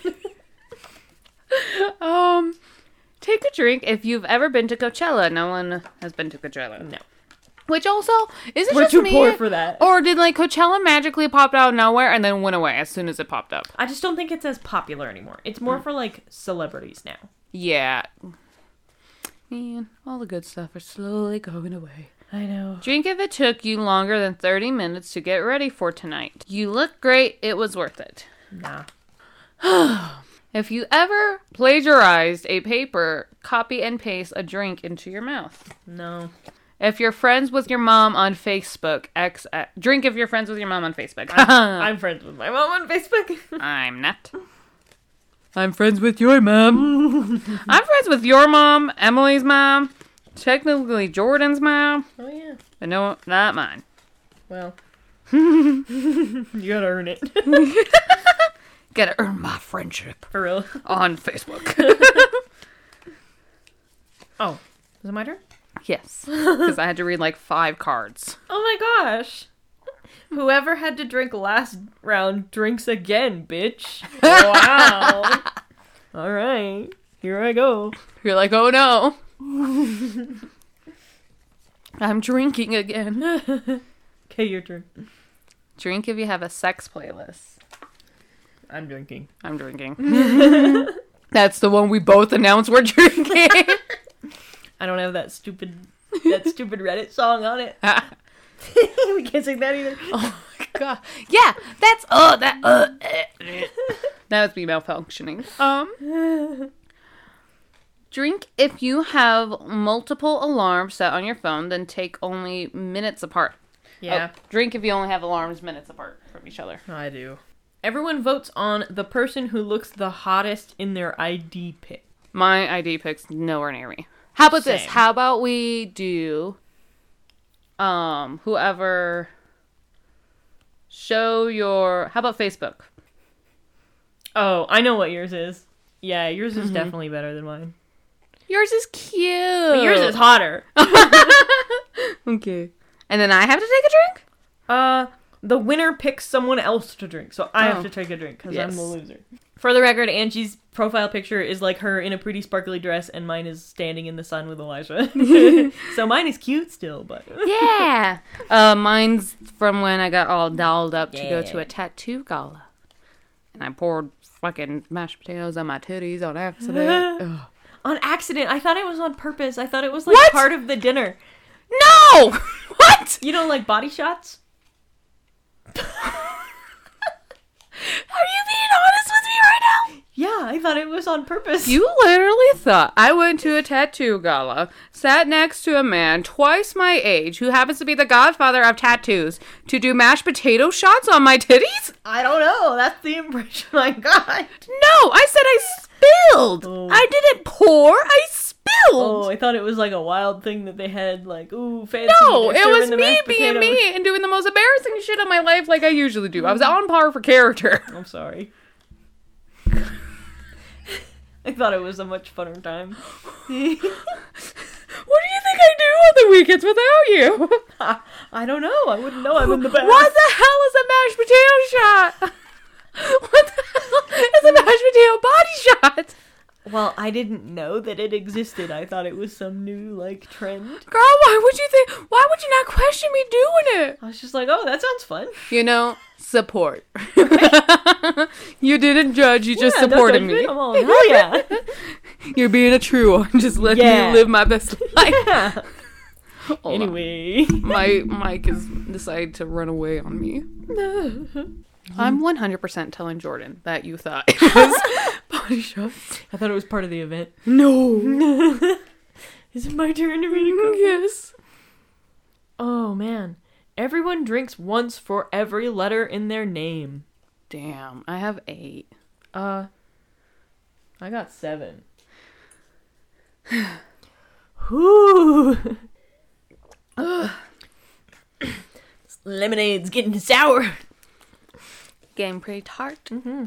[SPEAKER 3] Um, take a drink if you've ever been to Coachella. No one has been to Coachella.
[SPEAKER 2] No.
[SPEAKER 3] Which also is it
[SPEAKER 2] We're
[SPEAKER 3] just
[SPEAKER 2] too
[SPEAKER 3] me,
[SPEAKER 2] poor for that.
[SPEAKER 3] or did like Coachella magically popped out of nowhere and then went away as soon as it popped up?
[SPEAKER 2] I just don't think it's as popular anymore. It's more for like celebrities now.
[SPEAKER 3] Yeah. Man, all the good stuff is slowly going away.
[SPEAKER 2] I know.
[SPEAKER 3] Drink if it took you longer than 30 minutes to get ready for tonight. You look great, it was worth it.
[SPEAKER 2] Nah.
[SPEAKER 3] If you ever plagiarized a paper, copy and paste a drink into your mouth.
[SPEAKER 2] No.
[SPEAKER 3] If you're friends with your mom on Facebook, X, uh, drink if you're friends with your mom on Facebook.
[SPEAKER 2] I'm friends with my mom on Facebook.
[SPEAKER 3] I'm not.
[SPEAKER 4] I'm friends with your mom.
[SPEAKER 3] I'm friends with your mom, Emily's mom, technically Jordan's mom,
[SPEAKER 2] oh yeah.
[SPEAKER 3] but no, not mine.
[SPEAKER 2] Well. you gotta earn it.
[SPEAKER 3] Gotta earn my friendship
[SPEAKER 2] For real.
[SPEAKER 3] on Facebook.
[SPEAKER 2] Oh. Is it my turn?
[SPEAKER 3] yes, because I had to read like five cards.
[SPEAKER 2] Oh my gosh. Whoever had to drink last round drinks again, bitch. Wow. All right. Here I go.
[SPEAKER 3] You're like, oh no. I'm drinking again.
[SPEAKER 2] Okay, your turn.
[SPEAKER 3] Drink if you have a sex playlist.
[SPEAKER 2] I'm drinking.
[SPEAKER 3] I'm drinking. That's the one we both announced we're drinking.
[SPEAKER 2] I don't have that stupid that stupid Reddit song on it. we can't sing that either.
[SPEAKER 3] God. Yeah, that's uh that uh eh, eh. that was me malfunctioning. Um Drink if you have multiple alarms set on your phone, then take only minutes apart.
[SPEAKER 2] Yeah,
[SPEAKER 3] Oh, drink if you only have alarms minutes apart from each other.
[SPEAKER 2] I do. Everyone votes on the person who looks the hottest in their ID pic.
[SPEAKER 3] My ID picks nowhere near me. How about this?
[SPEAKER 2] Same.
[SPEAKER 3] How about we do um whoever show your how about Facebook?
[SPEAKER 2] Oh, I know what yours is. Yeah, yours
[SPEAKER 3] Mm-hmm.
[SPEAKER 2] is definitely better than mine.
[SPEAKER 3] Yours is cute.
[SPEAKER 2] But yours is hotter.
[SPEAKER 3] Okay. And then I have to take a drink?
[SPEAKER 2] Uh, the winner picks someone else to drink, so I
[SPEAKER 3] Oh.
[SPEAKER 2] have to take a drink because I'm
[SPEAKER 3] Yes.
[SPEAKER 2] the loser. For the record, Angie's profile picture is like her in a pretty sparkly dress, and mine is standing in the sun with Elijah. so mine is cute still, but
[SPEAKER 3] Yeah. uh, mine's from when I got all dolled up to go to a
[SPEAKER 2] Yeah.
[SPEAKER 3] tattoo gala. And I poured fucking mashed potatoes on my titties on accident. Ugh.
[SPEAKER 2] on accident, I thought it was on purpose. I thought it was like
[SPEAKER 3] What?
[SPEAKER 2] part of the dinner.
[SPEAKER 3] no! what?
[SPEAKER 2] You know, like body shots.
[SPEAKER 3] Are you being honest with me right now?
[SPEAKER 2] Yeah, I thought it was on purpose.
[SPEAKER 3] You literally thought I went to a tattoo gala, sat next to a man twice my age who happens to be the godfather of tattoos to do mashed potato shots on my titties?
[SPEAKER 2] I don't know. That's the impression I got.
[SPEAKER 3] No, I said I spilled.
[SPEAKER 2] Oh.
[SPEAKER 3] I didn't pour. I
[SPEAKER 2] Oh,
[SPEAKER 3] spilled.
[SPEAKER 2] I thought it was like a wild thing that they had, like ooh, fancy.
[SPEAKER 3] no,
[SPEAKER 2] they're
[SPEAKER 3] it was
[SPEAKER 2] serving the
[SPEAKER 3] me
[SPEAKER 2] mashed
[SPEAKER 3] being
[SPEAKER 2] potatoes.
[SPEAKER 3] me and doing the most embarrassing shit of my life, like I usually do. I was on par for character.
[SPEAKER 2] I'm sorry. I thought it was a much funner time.
[SPEAKER 3] What do you think I do on the weekends without you?
[SPEAKER 2] I, I don't know. I wouldn't know. I'm in the back.
[SPEAKER 3] What the hell is a mashed potato shot? What the hell is a mashed potato body shot?
[SPEAKER 2] Well, I didn't know that it existed. I thought it was some new like trend.
[SPEAKER 3] Girl, why would you think? Why would you not question me doing it?
[SPEAKER 2] I was just like, oh, that sounds fun.
[SPEAKER 3] You know, support. you didn't judge. You just
[SPEAKER 2] Yeah, no
[SPEAKER 3] supported
[SPEAKER 2] judgment.
[SPEAKER 3] me.
[SPEAKER 2] I'm all, hell yeah.
[SPEAKER 3] You're being a true one. Just let
[SPEAKER 2] Yeah.
[SPEAKER 3] me live my best life.
[SPEAKER 2] yeah.
[SPEAKER 3] Hold on.
[SPEAKER 2] Anyway.
[SPEAKER 3] my mic has decided to run away on me. I'm 100% telling Jordan that you thought it was body shots.
[SPEAKER 2] I thought it was part of the event.
[SPEAKER 3] No.
[SPEAKER 2] Is it my turn to read a comment?
[SPEAKER 3] yes.
[SPEAKER 2] Oh man. Everyone drinks once for every letter in their name.
[SPEAKER 3] Damn, I have eight.
[SPEAKER 2] Uh I got seven. Whoo This Lemonade's getting sour.
[SPEAKER 3] Game pretty tart.
[SPEAKER 2] Mm-hmm.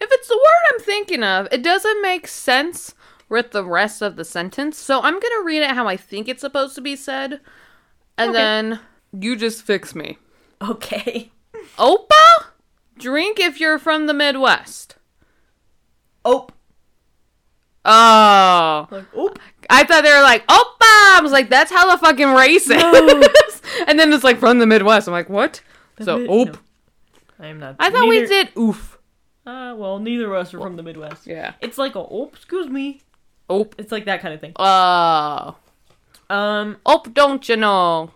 [SPEAKER 3] If it's the word I'm thinking of, it doesn't make sense with the rest of the sentence. So I'm gonna read it how I think it's supposed to be said, and
[SPEAKER 2] Okay.
[SPEAKER 3] then you just fix me.
[SPEAKER 2] Okay.
[SPEAKER 3] Opa, drink if you're from the Midwest.
[SPEAKER 2] Ope.
[SPEAKER 3] Oh,
[SPEAKER 2] Like, ope.
[SPEAKER 3] I thought they were like Opa. I was like, that's hella fucking racist. and then it's like from the Midwest. I'm like, what? so
[SPEAKER 2] Mid-
[SPEAKER 3] ope.
[SPEAKER 2] no. I am not.
[SPEAKER 3] I thought we
[SPEAKER 2] neither-
[SPEAKER 3] did oof.
[SPEAKER 2] Uh, well, neither of us are from the Midwest.
[SPEAKER 3] Yeah.
[SPEAKER 2] It's like a, oh, excuse me.
[SPEAKER 3] Ope.
[SPEAKER 2] It's like that kind of thing.
[SPEAKER 3] Oh.
[SPEAKER 2] Um,
[SPEAKER 3] Oh, don't you know?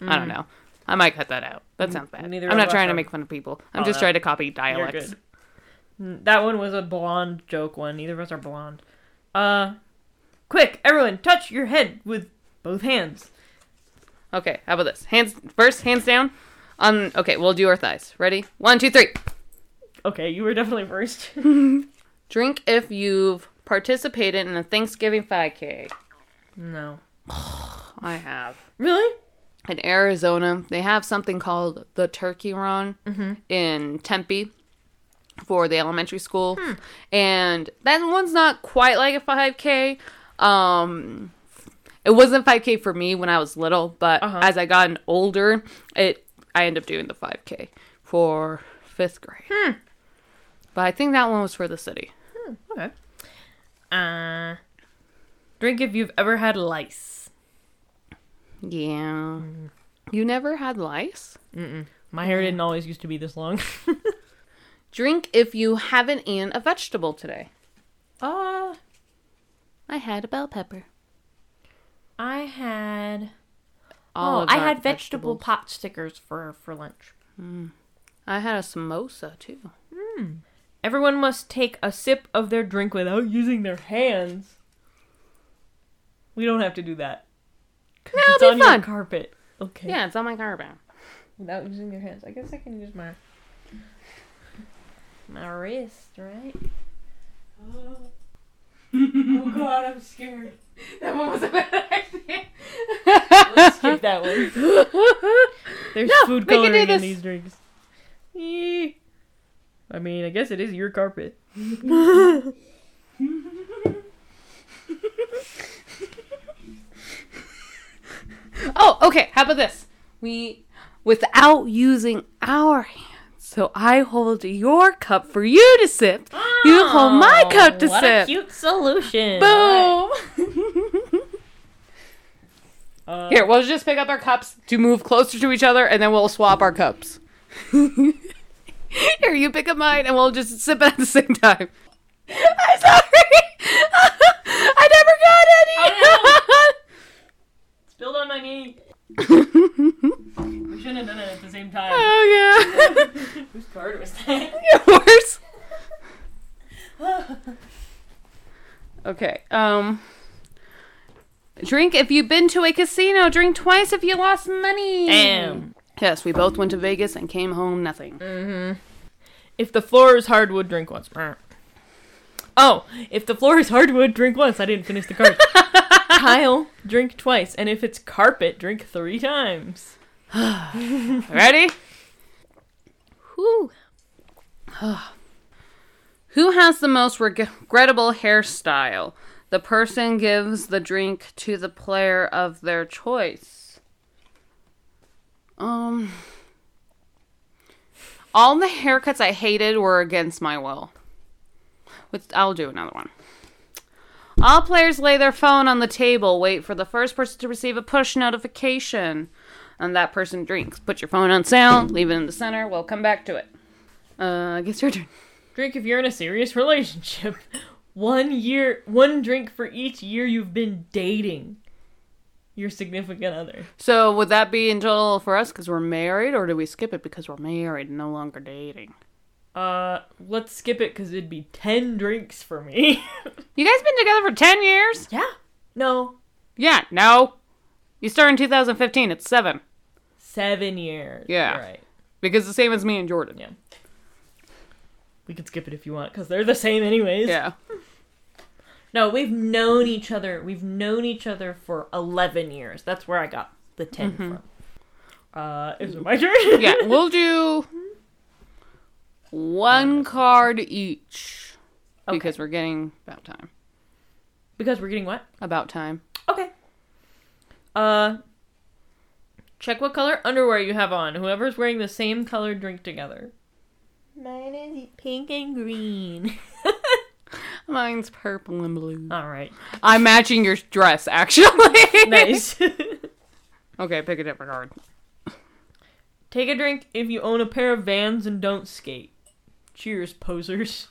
[SPEAKER 3] I don't know. I might cut that out. That sounds bad.
[SPEAKER 2] Mm. neither
[SPEAKER 3] I'm
[SPEAKER 2] of
[SPEAKER 3] not
[SPEAKER 2] us
[SPEAKER 3] trying to
[SPEAKER 2] are.
[SPEAKER 3] make fun of people. I'm
[SPEAKER 2] Oh,
[SPEAKER 3] just
[SPEAKER 2] no.
[SPEAKER 3] trying to copy
[SPEAKER 2] you're
[SPEAKER 3] dialects.
[SPEAKER 2] good. Mm, That one was a blonde joke one. Neither of us are blonde. Uh, quick, everyone, touch your head with both hands.
[SPEAKER 3] Okay, how about this? Hands first, hands down. Um. Okay, we'll do our thighs. Ready? One, two, three.
[SPEAKER 2] Okay, you were definitely first.
[SPEAKER 3] Drink if you've participated in a Thanksgiving 5K.
[SPEAKER 2] no.
[SPEAKER 3] I have.
[SPEAKER 2] Really?
[SPEAKER 3] In Arizona, they have something called the Turkey Run in Tempe for the elementary school, and that one's not quite like a 5K. Um, it wasn't 5K for me when I was little, but
[SPEAKER 2] Uh-huh.
[SPEAKER 3] as I gotten older, it I end up doing the 5K for fifth grade. But I think that one was for the city.
[SPEAKER 2] Okay. Uh, drink if you've ever had lice.
[SPEAKER 3] Yeah, you never had lice.
[SPEAKER 2] Mm-mm. My hair didn't always used to be this long.
[SPEAKER 3] Drink if you haven't eaten a vegetable today.
[SPEAKER 2] uh,
[SPEAKER 3] I had a bell pepper.
[SPEAKER 2] I had
[SPEAKER 3] All
[SPEAKER 2] oh,
[SPEAKER 3] of
[SPEAKER 2] I
[SPEAKER 3] our
[SPEAKER 2] had vegetable
[SPEAKER 3] vegetables.
[SPEAKER 2] pot stickers for for lunch.
[SPEAKER 3] I had a samosa too.
[SPEAKER 2] Everyone must take a sip of their drink without using their hands. We don't have to do that. 'Cause
[SPEAKER 3] That'll
[SPEAKER 2] it's
[SPEAKER 3] be
[SPEAKER 2] on
[SPEAKER 3] fun.
[SPEAKER 2] your carpet. Okay.
[SPEAKER 3] Yeah, it's on my carbon.
[SPEAKER 2] Without using your hands. I guess I can use my my wrist, right? oh god, I'm scared. That one was a bad idea. Let's skip that one. There's
[SPEAKER 3] No,
[SPEAKER 2] food
[SPEAKER 3] we can do
[SPEAKER 2] coloring in
[SPEAKER 3] this.
[SPEAKER 2] these drinks. Eee. I mean, I guess it is your carpet.
[SPEAKER 3] Oh, okay. How about this? We, without using our hands, so I hold your cup for you to sip. you hold my cup to
[SPEAKER 2] Oh, what a
[SPEAKER 3] sip.
[SPEAKER 2] cute solution.
[SPEAKER 3] Boom.
[SPEAKER 2] Uh,
[SPEAKER 3] Here, we'll just pick up our cups to move closer to each other, and then we'll swap our cups. Here, you pick up mine, and we'll just sip it at the same time. I'm sorry. I never got any.
[SPEAKER 2] Spilled on my knee. We shouldn't have done it at the same time.
[SPEAKER 3] oh yeah.
[SPEAKER 2] Whose card was that?
[SPEAKER 3] yours. okay. Um. Drink if you've been to a casino. Drink twice if you lost money.
[SPEAKER 2] Damn.
[SPEAKER 3] Yes, we both went to Vegas and came home nothing.
[SPEAKER 2] Mm-hmm. If the floor is hardwood, drink once. Brr. Oh, if the floor is hardwood, drink once. I didn't finish the card. Tile, drink twice. And if it's carpet, drink three times.
[SPEAKER 3] Ready?
[SPEAKER 2] Whew.
[SPEAKER 3] Ah. Who has the most regrettable hairstyle? The person gives the drink to the player of their choice. Um. All the haircuts I hated were against my will. Which I'll do another one. All players lay their phone on the table, wait for the first person to receive a push notification, and that person drinks. Put your phone on sound, leave it in the center, we'll come back to it. Uh, I guess your turn.
[SPEAKER 2] Drink if you're in a serious relationship. One year, one drink for each year you've been dating your significant other.
[SPEAKER 3] So would that be in total for us because we're married, or do we skip it because we're married and no longer dating?
[SPEAKER 2] Uh, let's skip it because it'd be 10 drinks for me.
[SPEAKER 3] You guys been together for ten years?
[SPEAKER 2] yeah. No,
[SPEAKER 3] Yeah. No. You started in 2015. It's seven
[SPEAKER 2] seven years.
[SPEAKER 3] Yeah.
[SPEAKER 2] All right.
[SPEAKER 3] because the same as me and Jordan.
[SPEAKER 2] Yeah. We could skip it if you want because they're the same, anyways.
[SPEAKER 3] Yeah.
[SPEAKER 2] No, we've known each other. We've known each other for 11 years. That's where I got the 10 from. Uh, is it my turn?
[SPEAKER 3] Mm-hmm. Yeah. We'll do one card each because we're getting about time.
[SPEAKER 2] because we're getting what?
[SPEAKER 3] About time.
[SPEAKER 2] Okay. Uh, check what color underwear you have on. Whoever's wearing the same color, drink together. Mine is pink and green.
[SPEAKER 3] Mine's purple and blue.
[SPEAKER 2] All right.
[SPEAKER 3] I'm matching your dress, actually.
[SPEAKER 2] Nice.
[SPEAKER 3] Okay, pick a different card.
[SPEAKER 2] Take a drink if you own a pair of vans and don't skate. Cheers, posers.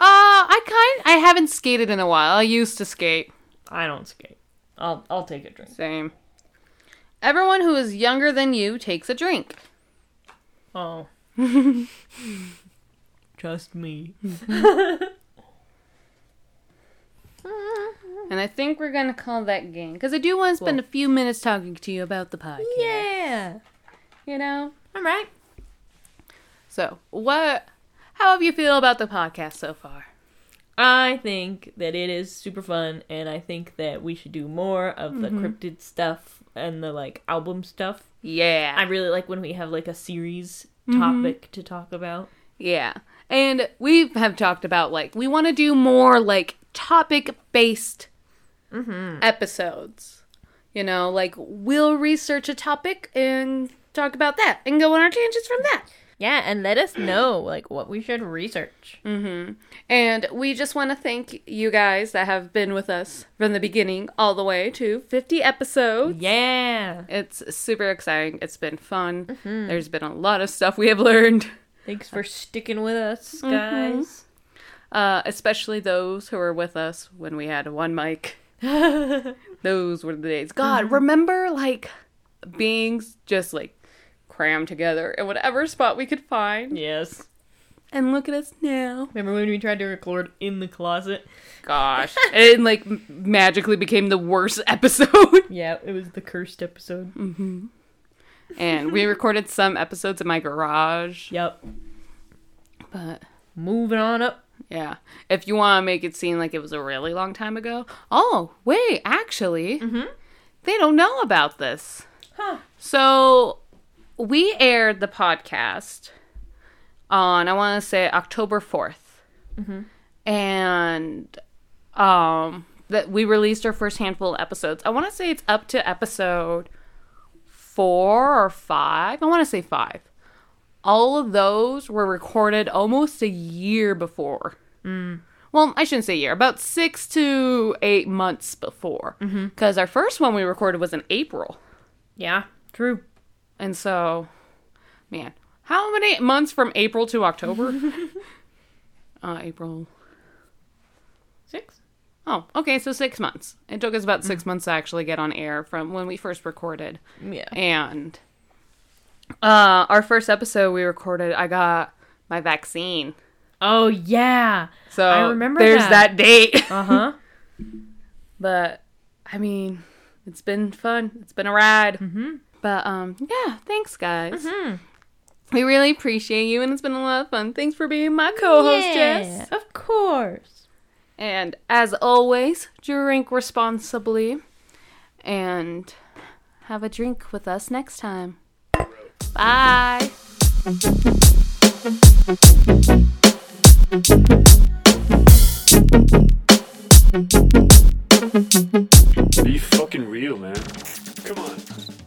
[SPEAKER 3] Uh, I kind I haven't skated in a while. I used to skate.
[SPEAKER 2] I don't skate. I'll I'll take a drink.
[SPEAKER 3] Same. Everyone who is younger than you takes a drink.
[SPEAKER 2] Oh. Trust me.
[SPEAKER 3] And I think we're gonna call that game because I do want to spend a few minutes talking to you about the podcast.
[SPEAKER 2] Yeah.
[SPEAKER 3] You know.
[SPEAKER 2] All right.
[SPEAKER 3] So what? How have you feel about the podcast so far?
[SPEAKER 2] I think that it is super fun, and I think that we should do more of the cryptid stuff and the like album stuff.
[SPEAKER 3] Yeah.
[SPEAKER 2] I really like when we have like a series topic to talk about.
[SPEAKER 3] Yeah. And we have talked about like we want to do more like topic based episodes. You know, like we'll research a topic and talk about that and go on our tangents from that.
[SPEAKER 2] Yeah, and let us know like what we should research.
[SPEAKER 3] And we just want to thank you guys that have been with us from the beginning all the way to 50 episodes.
[SPEAKER 2] Yeah.
[SPEAKER 3] It's super exciting. It's been fun. There's been a lot of stuff we have learned,
[SPEAKER 2] Thanks for sticking with us, guys.
[SPEAKER 3] uh, especially those who were with us when we had one mic. Those were the days. God, remember like being just like crammed together in whatever spot we could find.
[SPEAKER 2] Yes.
[SPEAKER 3] And look at us now.
[SPEAKER 2] Remember when we tried to record in the closet?
[SPEAKER 3] Gosh. it like m- magically became the worst episode.
[SPEAKER 2] Yeah, it was the cursed episode.
[SPEAKER 3] and we recorded some episodes in my garage.
[SPEAKER 2] Yep.
[SPEAKER 3] But
[SPEAKER 2] Moving on up.
[SPEAKER 3] yeah, if you want to make it seem like it was a really long time ago, oh wait, actually, they don't know about this.
[SPEAKER 2] Huh.
[SPEAKER 3] So we aired the podcast on I want to say October 4th and um, that we released our first handful of episodes. I want to say it's up to episode four or five. I want to say five. All of those were recorded almost a year before. Well, I shouldn't say year, about six to eight months before.
[SPEAKER 2] Mm-hmm.
[SPEAKER 3] Because our first one we recorded was in April.
[SPEAKER 2] Yeah, true.
[SPEAKER 3] And so, man, how many months from April to October? uh, April.
[SPEAKER 2] Six?
[SPEAKER 3] Oh, okay, so six months. It took us about
[SPEAKER 2] Mm.
[SPEAKER 3] six months to actually get on air from when we first recorded.
[SPEAKER 2] Yeah.
[SPEAKER 3] And uh, our first episode we recorded, I got my vaccine.
[SPEAKER 2] Oh, yeah.
[SPEAKER 3] So
[SPEAKER 2] I remember
[SPEAKER 3] there's
[SPEAKER 2] that.
[SPEAKER 3] that, date.
[SPEAKER 2] Uh huh.
[SPEAKER 3] but I mean, it's been fun. It's been a ride. Mm-hmm. But um, yeah, thanks guys. We really appreciate you, and it's been a lot of fun. Thanks for being my co-host, Jess.
[SPEAKER 2] Of course.
[SPEAKER 3] And as always, drink responsibly and have a drink with us next time. Bye.
[SPEAKER 1] Be fucking real, man. Come on.